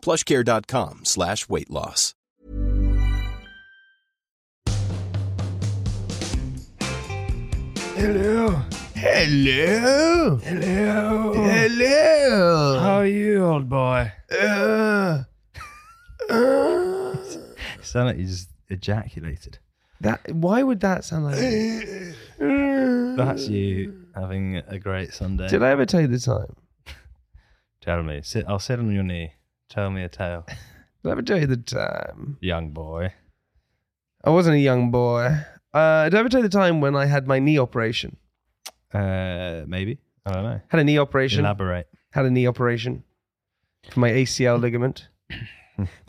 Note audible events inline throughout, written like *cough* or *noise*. plushcare.com slash weight loss. Hello. Hello. Hello. Hello. How are you, old boy? Uh, uh. Sound like you just ejaculated. That why would that sound like That's you having a great Sunday. Did I ever tell you the time? Tell me. Sit, I'll sit on your knee. Tell me a tale, Did I ever tell you the time? young boy. I wasn't a young boy. Uh did I ever tell you the time when I had my knee operation? Uh, maybe. I don't know. Had a knee operation. Elaborate. Had a knee operation for my ACL ligament.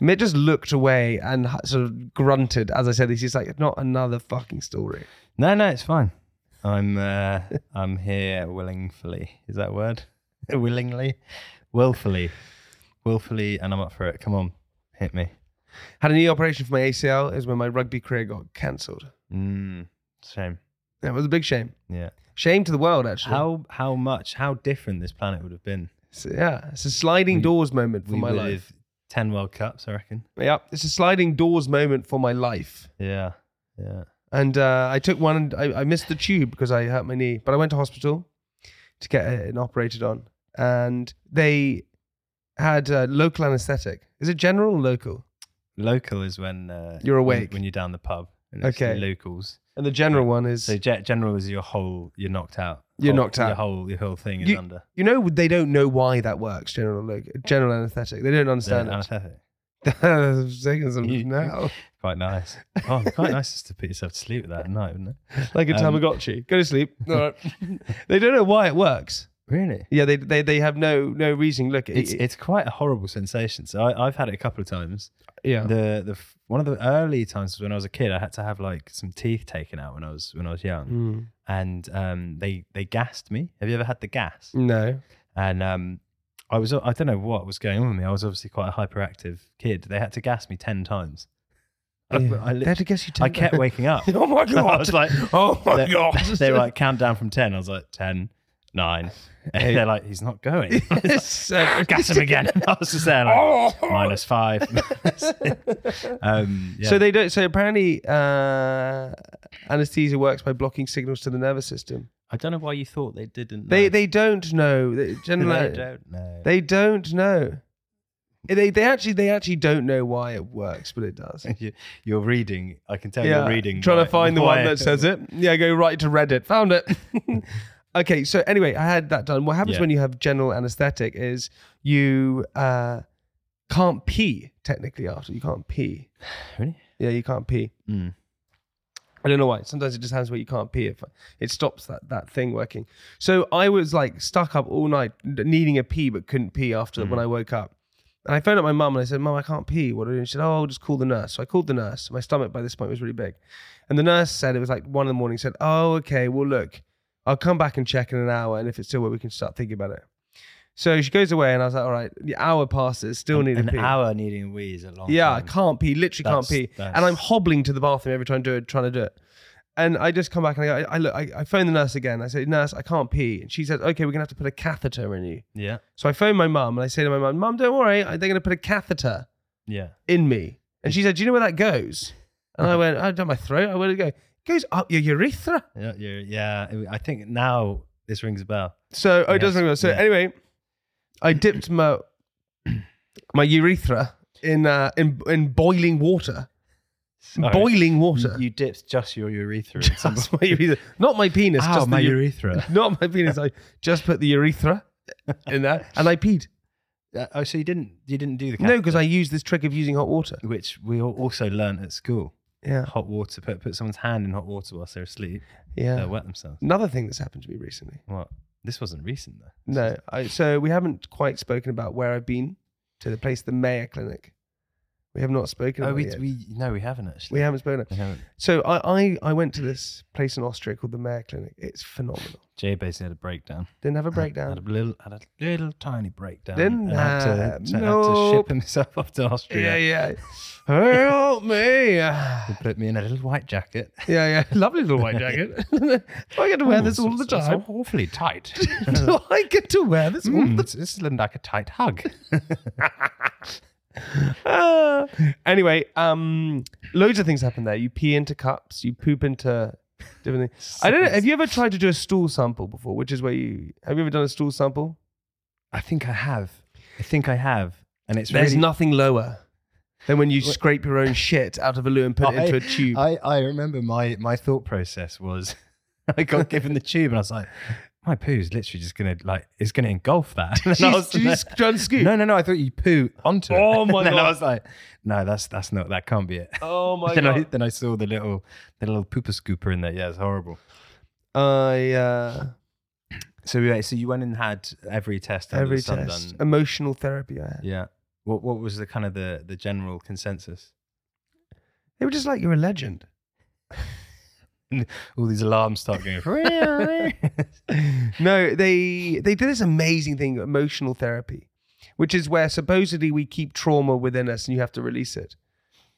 Mitt just looked away and h- sort of grunted as I said this. He's like, not another fucking story. No, no, it's fine. I'm *laughs* uh, I'm here willingly. Is that a word? *laughs* willingly, willfully, willfully, and I'm up for it. Come on, hit me. Had a knee operation for my ACL is when my rugby career got cancelled. Mm, shame. That was a big shame. Yeah. Shame to the world, actually. How how much how different this planet would have been. It's- yeah, it's a sliding We- doors moment for We my would life. have ten World Cups, I reckon. Yeah, it's a sliding doors moment for my life. Yeah, yeah. And uh, I took one, and I, I missed the tube because I hurt my knee, but I went to hospital to get it operated on. And they had uh, local anesthetic. Is it general or local? Local is when uh, You're when- awake. when, you're down the pub. And it's Okay. the locals. And the general one is, So ge- general is your whole. You're knocked out. You're Whole- knocked out. Your whole your whole thing is You- *laughs* under. you know, they don't know why that works, general local, general anesthetic. They don't the understand *laughs* it. anaesthetic. It's taking some You- now. Quite nice. Oh, quite nice just to put yourself to sleep at that at night, wouldn't it? *laughs* Like a Um, Tamagotchi. Go to sleep. All right. *laughs* they don't know why it works. Really? Yeah, they they, they have no no reason. Look, it- It's it- it's quite a horrible sensation. So I, I've had it a couple of times. yeah. The the f- one of the early times was when I was a kid. I had to have like some teeth taken out when I was when I was young. Mm. and um, they they gassed me. Have you ever had the gas? No. And um, I was I don't know what was going on with me. I was obviously quite a hyperactive kid. They had to gas me ten times. I, Yeah. I, They li- had to guess you I ten- kept waking up. *laughs* oh my god! *laughs* I was like, *laughs* oh my they, god! *laughs* they were *laughs* like count down from ten. I was like ten, nine. Eight. And *laughs* they're like, he's *laughs* not going. *laughs* I was like, Seven. gas him again. *laughs* I was just there like, *laughs* Oh. minus *laughs* five. *laughs* um, yeah. So they don't. So apparently, uh, anesthesia works by blocking signals to the nervous system. I don't know why you thought they didn't. They know. they don't know. They, generally, they don't know. they don't know. They they actually they actually don't know why it works, but it does. You- *laughs* you're reading. I can tell you're reading. Trying why- to find the why- one that says it. Yeah, go right to Reddit. Found it. *laughs* okay, so anyway, I had that done. What happens Yeah. when you have general anesthetic is you uh, can't pee technically after. You can't pee. Really? Yeah, you can't pee. Mm. I don't know why. Sometimes it just happens where you can't pee. If it stops that that thing working. So I was like stuck up all night needing a pee but couldn't pee after Hmm. when I woke up. And I phoned up my mum and I said, "Mum, I can't pee. What do I do?" And she said, "Oh, I'll just call the nurse." So I called the nurse. My stomach by this point was really big, and the nurse said it was like one in the morning. Said, "Oh, okay. Well, look, I'll come back and check in an hour, and if it's still where we can start thinking about it." So she goes away, and I was like, "All right." The hour passes, still an, need a an pee. hour needing a wee is a long. Yeah, I time. can't pee. Literally That's- can't pee. that's- And I'm hobbling to the bathroom every time do it, trying to do it. And I just come back and I, go- I, I look, I, I phone the nurse again. I say, nurse, I can't pee. And she says, okay, we're gonna have to put a catheter in you. Yeah. So I phone my mum and I say to my mum, mum, don't worry, they're gonna put a catheter Yeah. in me. And she said, do you know where that goes? And *laughs* I went, oh, down my throat. I where did it go? It goes up your urethra. Yeah. You're, yeah. I think now this rings a bell. So oh, it Yes, doesn't matter. So yeah. anyway, I dipped my my urethra in uh, in in boiling water. Sorry. Boiling water. You, you dipped just your *laughs* urethra. in some- just my urethra, not my penis. Ow, just my the u- *laughs* urethra. Not my penis. I just put the urethra in there, and I peed. Uh, oh, so you didn't you didn't do the No, because I used this trick of using hot water. catheter, which we al- also learned at school. Yeah, Hot water. Put put someone's hand in hot water whilst they're asleep. yeah. Mm. They'll wet themselves. Another thing that's happened to me recently. What? This wasn't recent though. This No, was- I, so we haven't quite spoken about where I've been to the place, the Mayo Clinic. We have not spoken. Oh, about it we, yet. we no, we haven't actually. we haven't spoken. We haven't. So I, I, I went to this place in Austria called the Mayor Clinic. It's phenomenal. Jay basically had a breakdown. Didn't have a Had breakdown. a little, had a little tiny breakdown. Didn't and had to, have- to- had to nope. ship himself *laughs* off to Yeah, Austria. yeah. Help me. Yeah, He put me in a little white jacket. yeah. *laughs* Lovely little white jacket. *laughs* I get to wear this all the It's- it's time. *laughs* awfully tight. *laughs* I get to wear this all Mm, the *laughs* it's, it's like a tight hug. *laughs* Ah. Anyway, um, loads of things happen there. You pee into cups, you poop into different things. I don't know. Have you ever tried to do a stool sample before? Which is where you have you ever done a stool sample? I think I have. I think I have. And it's There's really, nothing lower than when you scrape your *laughs* own shit out of a loo and put it into a tube. *laughs* I, I remember my my thought process was *laughs* I got given the tube and I was like, my poo's literally just gonna like it's gonna engulf that. *laughs* And Did I you- was did you like, try and scoop? no, no, no. I thought you poo onto it. Oh my *laughs* and then God. I was like, no, that's that's not that can't be it. Oh my *laughs* then I god! then I saw the little the little pooper scooper in there. Yeah, it's horrible. I uh, So yeah, so you went and had every test under every the sun test done. emotional therapy I had. Yeah. What what was the kind of the the general consensus? They were just like you're a legend. All these alarms start going. *laughs* yeah. No, they they did this amazing thing, emotional therapy, which is where supposedly we keep trauma within us and you have to release it.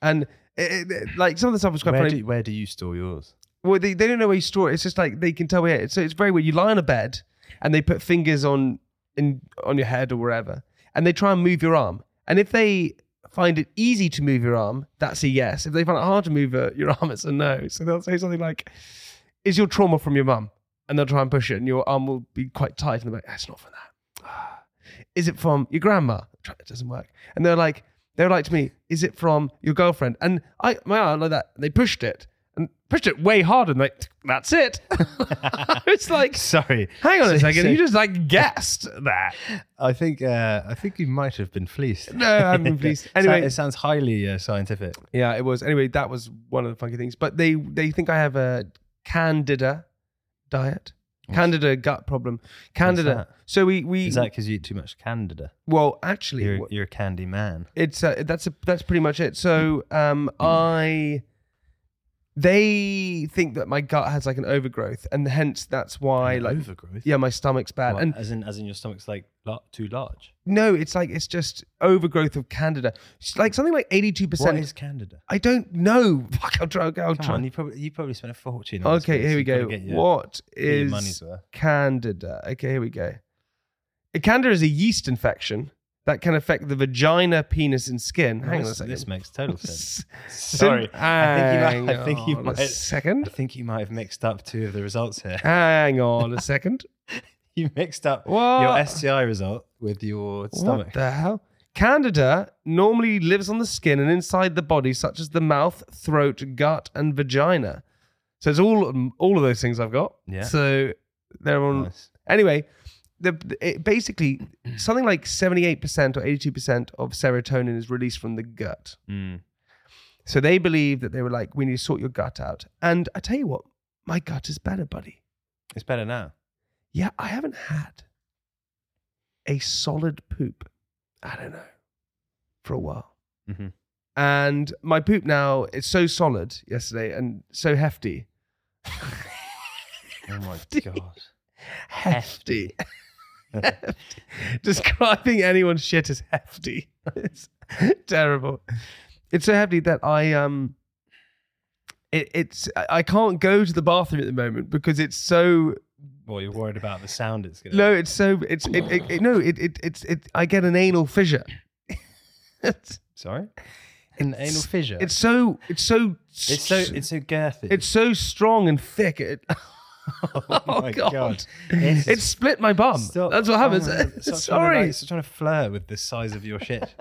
And it, it- like some of the stuff was quite Where funny. do, where do you store yours? *laughs* well, they, they don't know where you store it. It's just like they can tell where. So it's very weird. You lie on a bed and they put fingers on in on your head or wherever, and they try and move your arm. And if they find it easy to move your arm, that's a yes. If they find it hard to move uh, your *laughs* arm, it's a no. So they'll say something like, "Is your trauma from your mum?" And they'll try and push it, and your arm will be quite tight. And they're like, "That's not from that. *sighs* Ah. Is it from your grandma?" Try- It doesn't work. And they're like, they're like to me, "Is it from your girlfriend?" And I, my arm like that. And they pushed it and pushed it way harder. And like, that's it. *laughs* it's like, Sorry. hang on a second, so- *laughs* you just like guessed that. I think uh, I think you might have been fleeced. No, I *laughs* haven't been fleeced. So- Anyway- it sounds highly uh, scientific. Yeah, it was. Anyway, that was one of the funky things. But they they think I have a candida diet, candida gut problem, candida. that? So we we Is that because you eat too much candida? well actually You're, Mm. what- you're a candy man. it's uh, that's a, that's pretty much it. So *clears throat* um I they think that my gut has like an overgrowth, and hence that's why like overgrowth. yeah my stomach's bad and as in as in your stomach's like lar- too large. no it's like it's just overgrowth of candida it's like something like 82 What percent is candida? i don't know *laughs* fuck i'll try i'll Come try on, you probably you probably spent a fortune. On this Okay, place. here we You've gotta go. get your- what get your money's is worth. candida? Okay, here we go. A Candida is a yeast infection that can affect the vagina, penis, and skin. Well, Hang on a this, second. This *laughs* makes total sense. S- *laughs* Sorry, Sim- I think you Hang might- I think you on might- a I second. think you might have mixed up two of the results here. *laughs* Hang on a second. You mixed up your What? STI result with your *laughs* stomach. What the hell? Candida normally lives on the skin and inside the body, such as the mouth, throat, gut, and vagina. So it's all all of those things I've got. Yeah. So they're on Nice. Anyway, the it basically something like seventy eight percent or eighty two percent of serotonin is released from the gut. Mm. So they believe that they were like, we need to sort your gut out. And I tell you what, my gut is better, buddy. It's *laughs* better now. Yeah, I haven't had a solid poop. I don't know for a while. Mhm. And my poop now is so solid yesterday and so hefty. *laughs* Oh my god. hefty. *laughs* Hefty. Describing anyone's shit as hefty. *laughs* It's terrible. It's so hefty that I um it, it's I- I can't go to the bathroom at the moment because it's so Well, you're worried about the sound it's going to no, it's so it's it, it, it no it, it it's it I get an anal fissure. *laughs* it's, Sorry? An anal fissure. it's so it's so it's so it's so girthy. it's so strong and thick. It, *laughs* oh, *laughs* oh my god. god. It's, split my bum. Stop. That's what Oh happens. *laughs* my God. Stop Trying to, Sorry. like, stop trying to flirt with the size of your shit.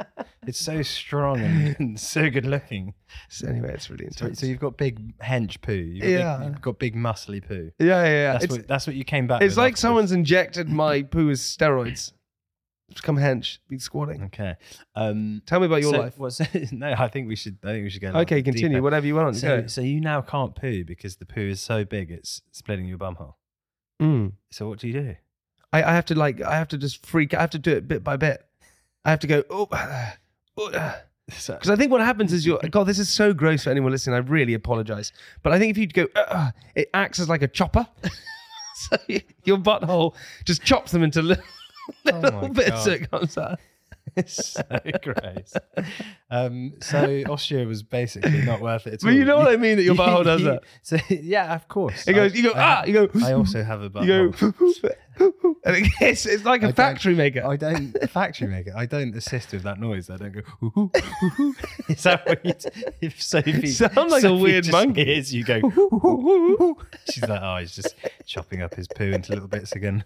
it's so strong and, and *laughs* so good looking. So anyway, it's really So, intense. so you've got big hench poo. You've got big- Yeah. you've got big muscly poo. yeah, yeah, yeah. That's It's, what that's what you came back. it's with like afterwards. someone's injected my poo with steroids. It's Come hench, be squatting. Okay. Um, Tell me about your so life. what's- *laughs* no, I think we should. I think we should go. a little Okay, bit continue. deeper. Whatever you want. So, go. so you now can't poo because the poo is so big it's splitting your bumhole. Mm. So what do you do? *laughs* I, I have to like I have to just freak. I have to do it bit by bit. I have to go oh. *sighs* Because So, *laughs* I think what happens is you're, God, this is so gross for anyone listening. I really apologize. But I think if you go, "Ugh," it acts as like a chopper. *laughs* so y- your butthole just chops them *laughs* into little, Oh my little bits God. so it comes out. so *laughs* gross. Um, *laughs* so Austria was basically not worth it. At But you all. know what I mean that *laughs* your butthole does *laughs* You- that. So yeah, of course. It goes, I- you go, I ah, ha- you go, *laughs* I also have a butthole. *laughs* you go, and it *laughs* gets, it's like a I don't- factory maker. I don't factory maker. I don't assist with that noise. I don't go. "Hoo, hoo, *laughs* hoo, hoo." Is that what you? *laughs* If Sophie Sound like a Sophie weird just monkey. Hears *laughs* you go. "Hoo, hoo, *laughs* hoo, hoo." She's like, oh, he's just chopping up his poo into little bits again.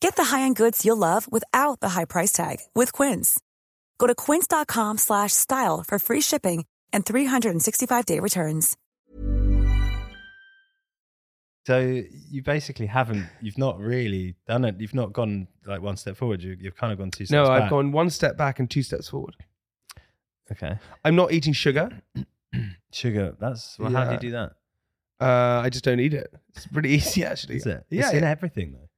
Get the high-end goods you'll love without the high price tag with Quince. Go to quince.com slash style for free shipping and 365-day returns. so you basically haven't. You've not really done it. You've not gone like one step forward. You, you've kind of gone two steps. No, I've back. gone one step back and two steps forward. Okay. I'm not eating sugar. Sugar. That's well, how do Yeah. you do that? Uh, I just don't eat it. It's pretty *laughs* easy, actually. Is it? Yeah, it's in yeah. everything though.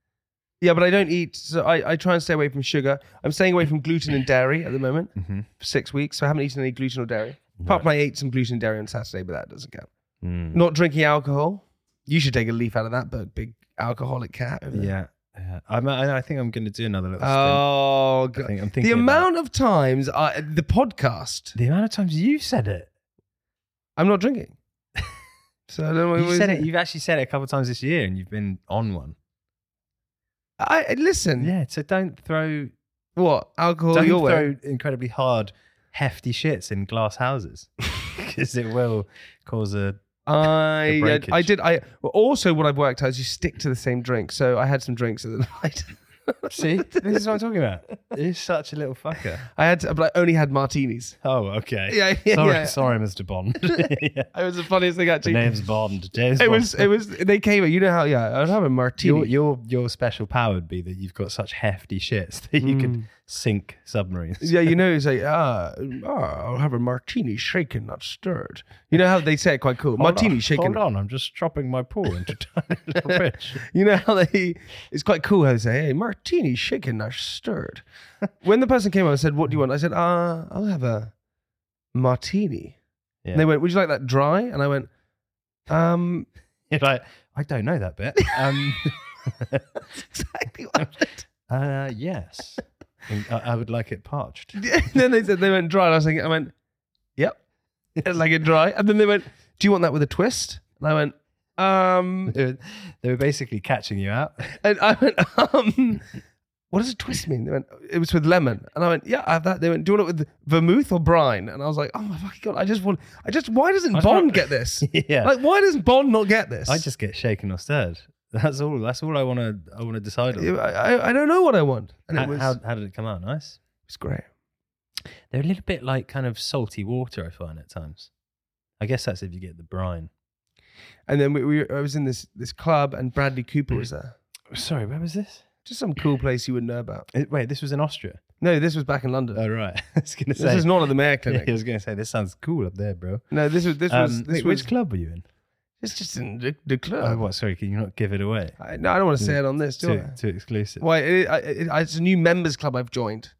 yeah, but I don't eat. So I, I try and stay away from sugar. I'm staying away from gluten and dairy at the moment Mm-hmm. for six weeks. So I haven't eaten any gluten or dairy. Apart from I ate some gluten and dairy on Saturday, but that doesn't count. Hmm. Not drinking alcohol. You should take a leaf out of that book, big alcoholic cat. over there. Yeah. yeah. I'm, I, I think I'm going to do another little. stint. Oh, I God. think, I'm thinking The about amount of times I, the podcast, it. the amount of times you've said it. I'm not *laughs* drinking. So I don't know. You what- said it. You've actually said it a couple of times this year, and you've been on one. I, I- listen, Yeah. So don't throw what? Alcohol don't your way. throw incredibly hard, hefty shits in *laughs* glass houses because it will cause a. I The yeah, I breakage. did. I well, also what I've worked out is you stick to the same drink. So I had some drinks at the *laughs* night. See, this is what I'm talking about. You're such a *laughs* little fucker. I had, but I only had martinis. Oh, okay. Yeah, yeah, sorry, yeah. sorry, Mr. *laughs* Bond. *laughs* yeah. It was the funniest thing The actually. name's Bond. James it Bond. was. It was. They came. You know how? Yeah, I'd have a Your, martini. your your special power would be that you've got such hefty shits *laughs* that you could sink submarines. Hmm. yeah, you know, it's like ah, ah, I'll have a martini shaken, not stirred. You know how they say it quite cool. Hold martini on, shaken. Hold on, I'm just chopping my paw into *laughs* tiny *laughs* little bits. You know how they? It's quite cool how they say, "Hey, martini shaken, not *laughs* stirred." when the person came up and said, "What do you want?" I said, "Ah, I'll have a martini." Yeah. *laughs* And they went, "Would you like that dry?" And I went, "Um, You're like, I don't know that bit. Um, *laughs* exactly *laughs* what happened. uh, yes. And I, I would like it parched. *laughs* then they said they went dry, and I was like, I went, yep, I'd like it dry. And then they went, do you want that with a twist? And I went, um, They were, they were basically catching you out. and I went, *laughs* um, what does a twist mean? They went, it was with lemon, and I went, yeah, I have that. They went, do you want it with vermouth or brine? And I was like, oh my fucking god, I just want, I just, why doesn't I Bond don't- get this? *laughs* yeah. Like, why does Bond not get this? I just get shaken or stirred. That's all. That's all I want to. I want to decide I, on. I, I don't know what I want. And how, it was, how, how did it come out? Nice. it was great. They're a little bit like kind of salty water. I find at times. I guess that's if you get the brine. And then we, we, I was in this this club, and Bradley Cooper was there. Sorry, where was this? Just some cool place you wouldn't know about. It- wait, this was in Austria. No, this was back in London. Oh right. *laughs* I was gonna this say. is not at the Mayo *laughs* Yeah, I Clinic. was gonna say this sounds cool up there, bro. No, this was this was Um, this wait, was which club were you in? It's just in the, the Oh, club. what? Mm. Sorry, can you not give it away? I, no, I don't want to say it on this, do Too, I? too exclusive. Why? It, I- it, I- it's a new members club I've joined.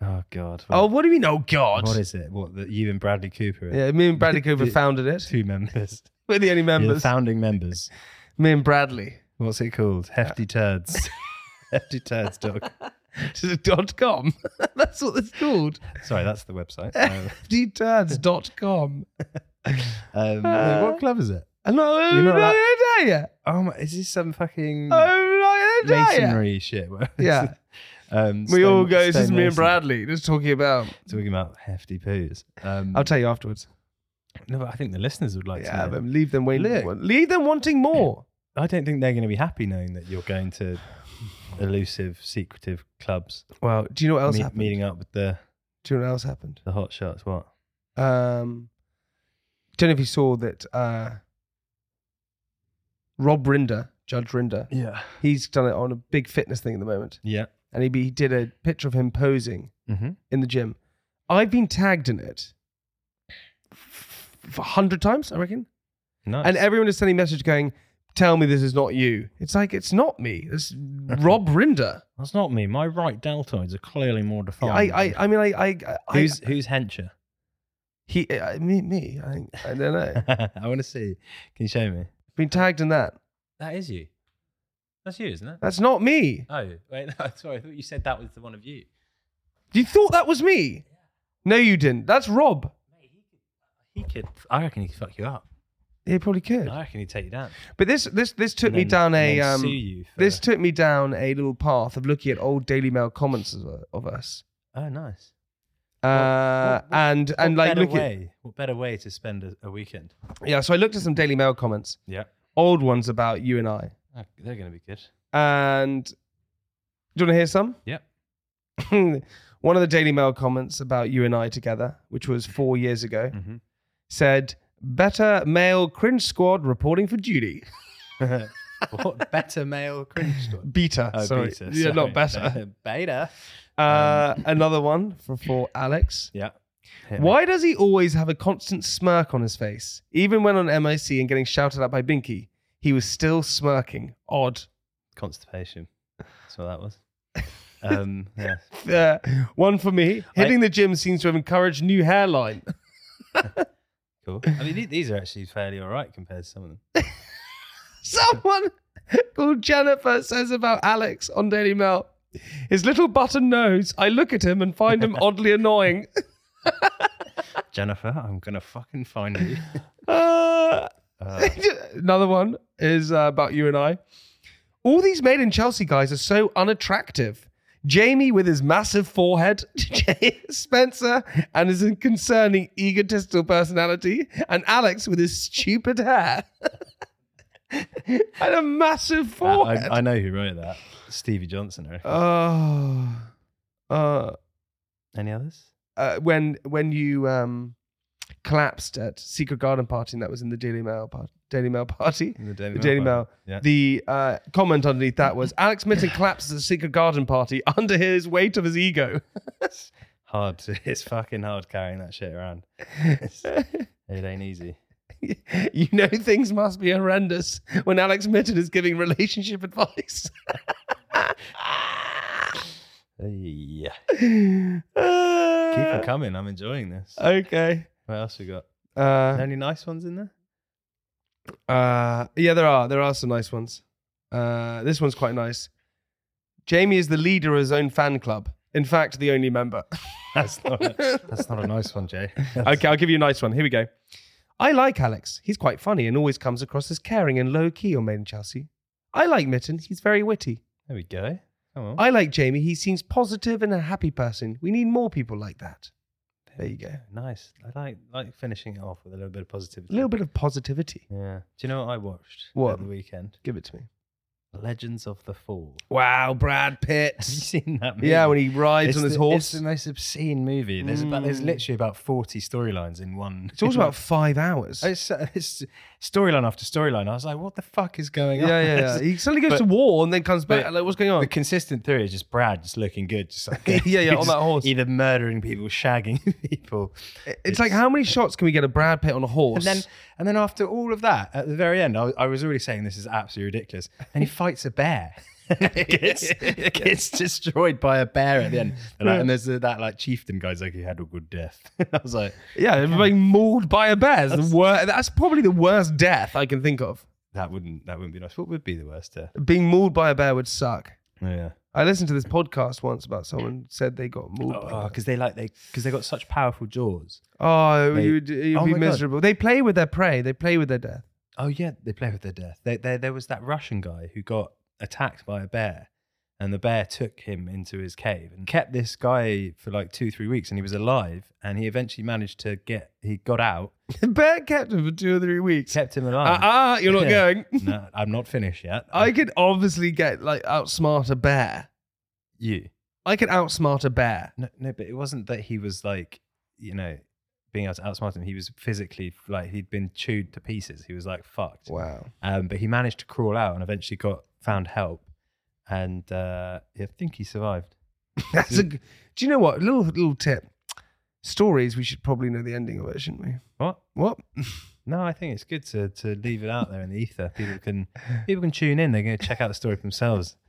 Oh God. Oh, what do you mean? Oh God! what is it? What that you and Bradley Cooper? Are yeah, me and Bradley Cooper The- founded it. Two members. We're the only You're the *laughs* members. founding members. me and Bradley. What's it called? Uh. Hefty *laughs* turds. *laughs* Hefty turds dog. Is it dot com? *laughs* That's what it's called. Sorry, that's the *laughs* website. FDTurds.com. Um, Uh. what club is it? And I'm You're not not going allowed- to tell you. Oh my! Is this some fucking I'm not going to tell you. Hmm. masonry shit? Oh, *laughs* Yeah. um, We all go, this is stone me and masonry. Bradley just talking about. Talking about hefty poos. Um, I'll tell you afterwards. no, but I think the listeners would like Yeah, to. but Know. leave them waiting. Look. Leave them wanting more. I don't think they're going to be happy knowing that you're going to elusive, secretive clubs, Well, do you know what else meet- happened? meeting up with the Do you know what else happened? the hot shots. What? Um, don't know if you saw that uh, Rob Rinder, Judge Rinder, Yeah. he's done it on a big fitness thing at the moment. Yeah. And he, he did a picture of him posing Mm-hmm. in the gym. I've been tagged in it a hundred times, I reckon. Nice. And everyone is sending message going, tell me this is not you. It's like, it's not me. It's Rob *laughs* Rinder. That's not me. My right deltoids are clearly more I, defined. I, I mean, I, I, I Oh, who's who's hencher? *laughs* he, I, me, me, I, think- I don't know. I want to see. Can you show me? been tagged in that. That is you. That's you, isn't it? That's not me. Oh, wait, *laughs* no, sorry. I thought you said that was the one of you. You thought that was me? No, you didn't. That's Rob. He could. I reckon he could fuck you up. He probably could. I reckon he'd take you down. But this this this took And me then- down and a then um sue you for- this took me down a little path of looking at old Daily Mail comments of, of us. Oh, nice. Uh, What- what- and and what like better look at way, what better way to spend a, a weekend? yeah, so I looked at some Daily Mail comments, Yeah, old ones about you and I. Ah, they're going to be good. And do you want to hear some? *laughs* Yep. One of the Daily Mail comments about you and I together, which was four years ago, Mhm. said, "Better male cringe squad reporting for duty." *laughs* what better male cringe? story? Beta, *laughs* Oh, sorry, beta, yeah, sorry. not *laughs* better. beta. Um, Uh, another one for for Alex. Yeah. Hit me. Why does he always have a constant smirk on his face? Even when on MIC and getting shouted at by Binky, he was still smirking. Odd. Constipation. That's what *laughs* that was. Um, yeah. Uh, one for me. I- Hitting the gym seems to have encouraged new hairline. *laughs* Cool. I mean, the- these are actually fairly all right compared to some of them. Someone called Jennifer says about Alex on Daily Mail. His little button nose. I look at him and find *laughs* him oddly annoying. Jennifer, I'm going to fucking find *laughs* you. Uh, *laughs* Uh, Another one is uh, about you and I. All these made in Chelsea guys are so unattractive. Jamie with his massive forehead, *laughs* Spencer and his concerning egotistical personality, and Alex with his stupid hair *laughs* and a massive forehead. Uh, I, I know who wrote that. Stevie Johnson. I reckon. Uh, Oh, uh, Any others? uh, when when you um, collapsed at Secret Garden Party, and that was in the Daily Mail part, Daily Mail party. The Daily the Daily Mail. Mail. Yeah. The uh, comment underneath that was Alex Mitten collapses at the secret garden party under his weight of his ego. *laughs* Hard. to- *laughs* It's fucking hard carrying that shit around. *laughs* It's- it ain't easy. you know things must be horrendous when Alex Mitten is giving relationship advice. *laughs* Ah. Yeah. Keep them okay. coming. I'm enjoying this. What else we got? Oh. Uh, Any nice ones in there? Uh, yeah, there are. There are some nice ones. Uh, this one's quite nice. Jamie is the leader of his own fan club. In fact, the only member. *laughs* That's not a, that's not a nice one, Jay. *laughs* okay, I'll give you a nice one. Here we go. I like Alex. He's quite funny and always comes across as caring and low key on Made in Chelsea. I like Mitten. He's very witty. There we go. Come on. I like Jamie. He seems positive and a happy person. We need more people like that. There you go. A nice. I like like finishing it off with a little bit of positivity. little bit of positivity. Yeah. Do you know what I watched What? over the weekend? Give it to me. Legends of the Fall. *laughs* Wow, Brad Pitt. *laughs* Have you seen that movie? yeah, when he rides It's on his the- horse. It's the most obscene movie. There's about there's Mm. literally about 40 storylines in one. It's *laughs* also about five hours. It's, *laughs* it's storyline after storyline. I was like, what the fuck is going yeah, on? yeah, yeah. *laughs* He suddenly goes But- to war and then comes back. but- like, what's going on? The consistent theory is just Brad just looking good, just *laughs* like Yeah, yeah, on just that horse. either murdering people, shagging *laughs* people. it's, like, how many shots can we get a Brad Pitt on a And horse? then, and then after all of that, at the very end, I, was- I was already saying this is absolutely ridiculous. And he fights a bear. *laughs* gets, *laughs* gets destroyed by a bear at the end. And, I- and there's the, that like chieftain guy's like, he had a good death. *laughs* I was like, yeah, everybody being mauled by a bear. That's, the wor- that's probably the worst death I can think of. that wouldn't that wouldn't be nice. What would be the worst death? Oh, Being mauled by a bear would suck. Yeah. I listened to this podcast once about someone said they got mauled by a bear. because Oh, they like they because they got such powerful jaws. Oh, They- you'd, you'd Oh be my God. miserable. They play with their prey. They play with their death. *laughs* Oh yeah, they play with their death. There, there, there was that Russian guy who got attacked by a bear, and the bear took him into his cave and kept this guy for like two, three weeks, and he was alive. And he eventually managed to get he got out, The bear kept him for two or three weeks. kept him Ah, alive. ah, you're not Yeah. going. no, I'm not finished yet. I could obviously get like outsmart a bear. *laughs* you. I could outsmart a bear. No, no, but it wasn't that he was like, you know, being able to outsmart him. He was physically like he'd been chewed to pieces. He was like fucked. Wow. Um, but he managed to crawl out and eventually got found help. And uh, I think he survived. *laughs* That's a. g- Do you know what? Little little tip. Stories. We should probably know the ending of it, shouldn't we? What? What? No, I think it's good to, to leave it out there in the ether. People *laughs* can people can tune in. They're going to check out the story for themselves. *laughs*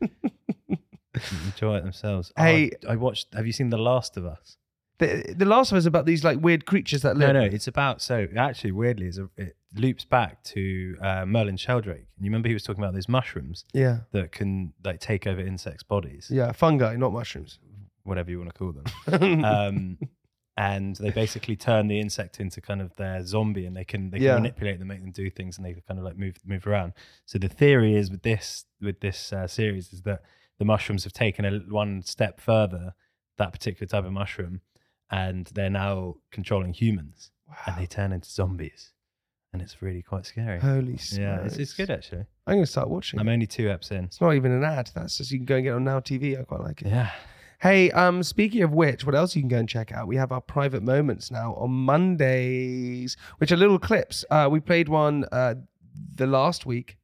Enjoy it themselves. Oh, Hey- I, I watched. Have you seen The Last of Us? The, the last one is about these like weird creatures that No, live. no. It's about so actually weirdly, it's a, it loops back to uh, Merlin Sheldrake. And you remember he was talking about those mushrooms Yeah. that can like take over insects' bodies. Yeah. Fungi, not mushrooms. *laughs* whatever you want to call them. um, and they basically turn the insect into kind of their zombie, and they can they can Yeah. manipulate them, make them do things, and they can kind of like move move around. So the theory is with this with this uh, series is that the mushrooms have taken a, l- one step further, that particular type of mushroom, and they're now controlling humans, and they turn into zombies, and it's really quite scary. Holy. yeah, it's, it's smokes. good actually. I'm gonna start watching. I'm only two eps in. It's not even an ad. That's just you can go and get it on Now TV. I quite like it. Yeah. Hey, um, speaking of which, what else you can go and check out? We have our private moments now on Mondays, which are little clips. Uh, we played one uh, the last week,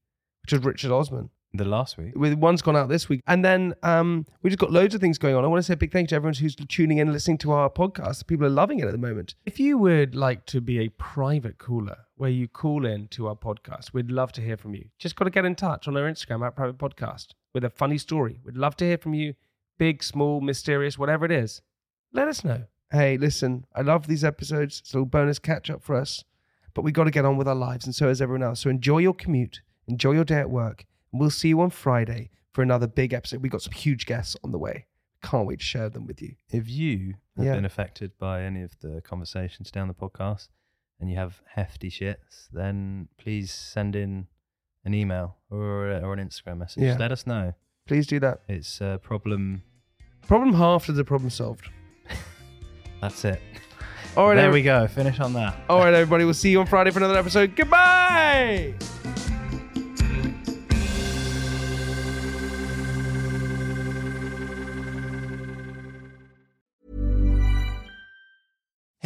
which was Richard Osman. The last week. With one's gone out this week, and then um, we just got loads of things going on. I want to say a big thank you to everyone who's tuning in, and listening to our podcast. People are loving it at the moment. If you would like to be a private caller where you call in to our podcast, we'd love to hear from you. Just got to get in touch on our Instagram at Private Podcast with a funny story. We'd love to hear from you big, small, mysterious, whatever it is, let us know. Hey, listen, I love these episodes. It's a little bonus catch up for us, but we got to get on with our lives, and so has everyone else. So enjoy your commute, enjoy your day at work, and we'll see you on Friday for another big episode. We got some huge guests on the way. Can't wait to share them with you. if you have Yeah. been affected by any of the conversations today on the podcast and you have hefty shits, then please send in an email or, or an Instagram message. Yeah. Let us know. Please do that. It's a problem. Problem half is a problem solved. That's it. All right, there every- we go. Finish on that. All right, everybody. We'll see you on Friday for another episode. Goodbye.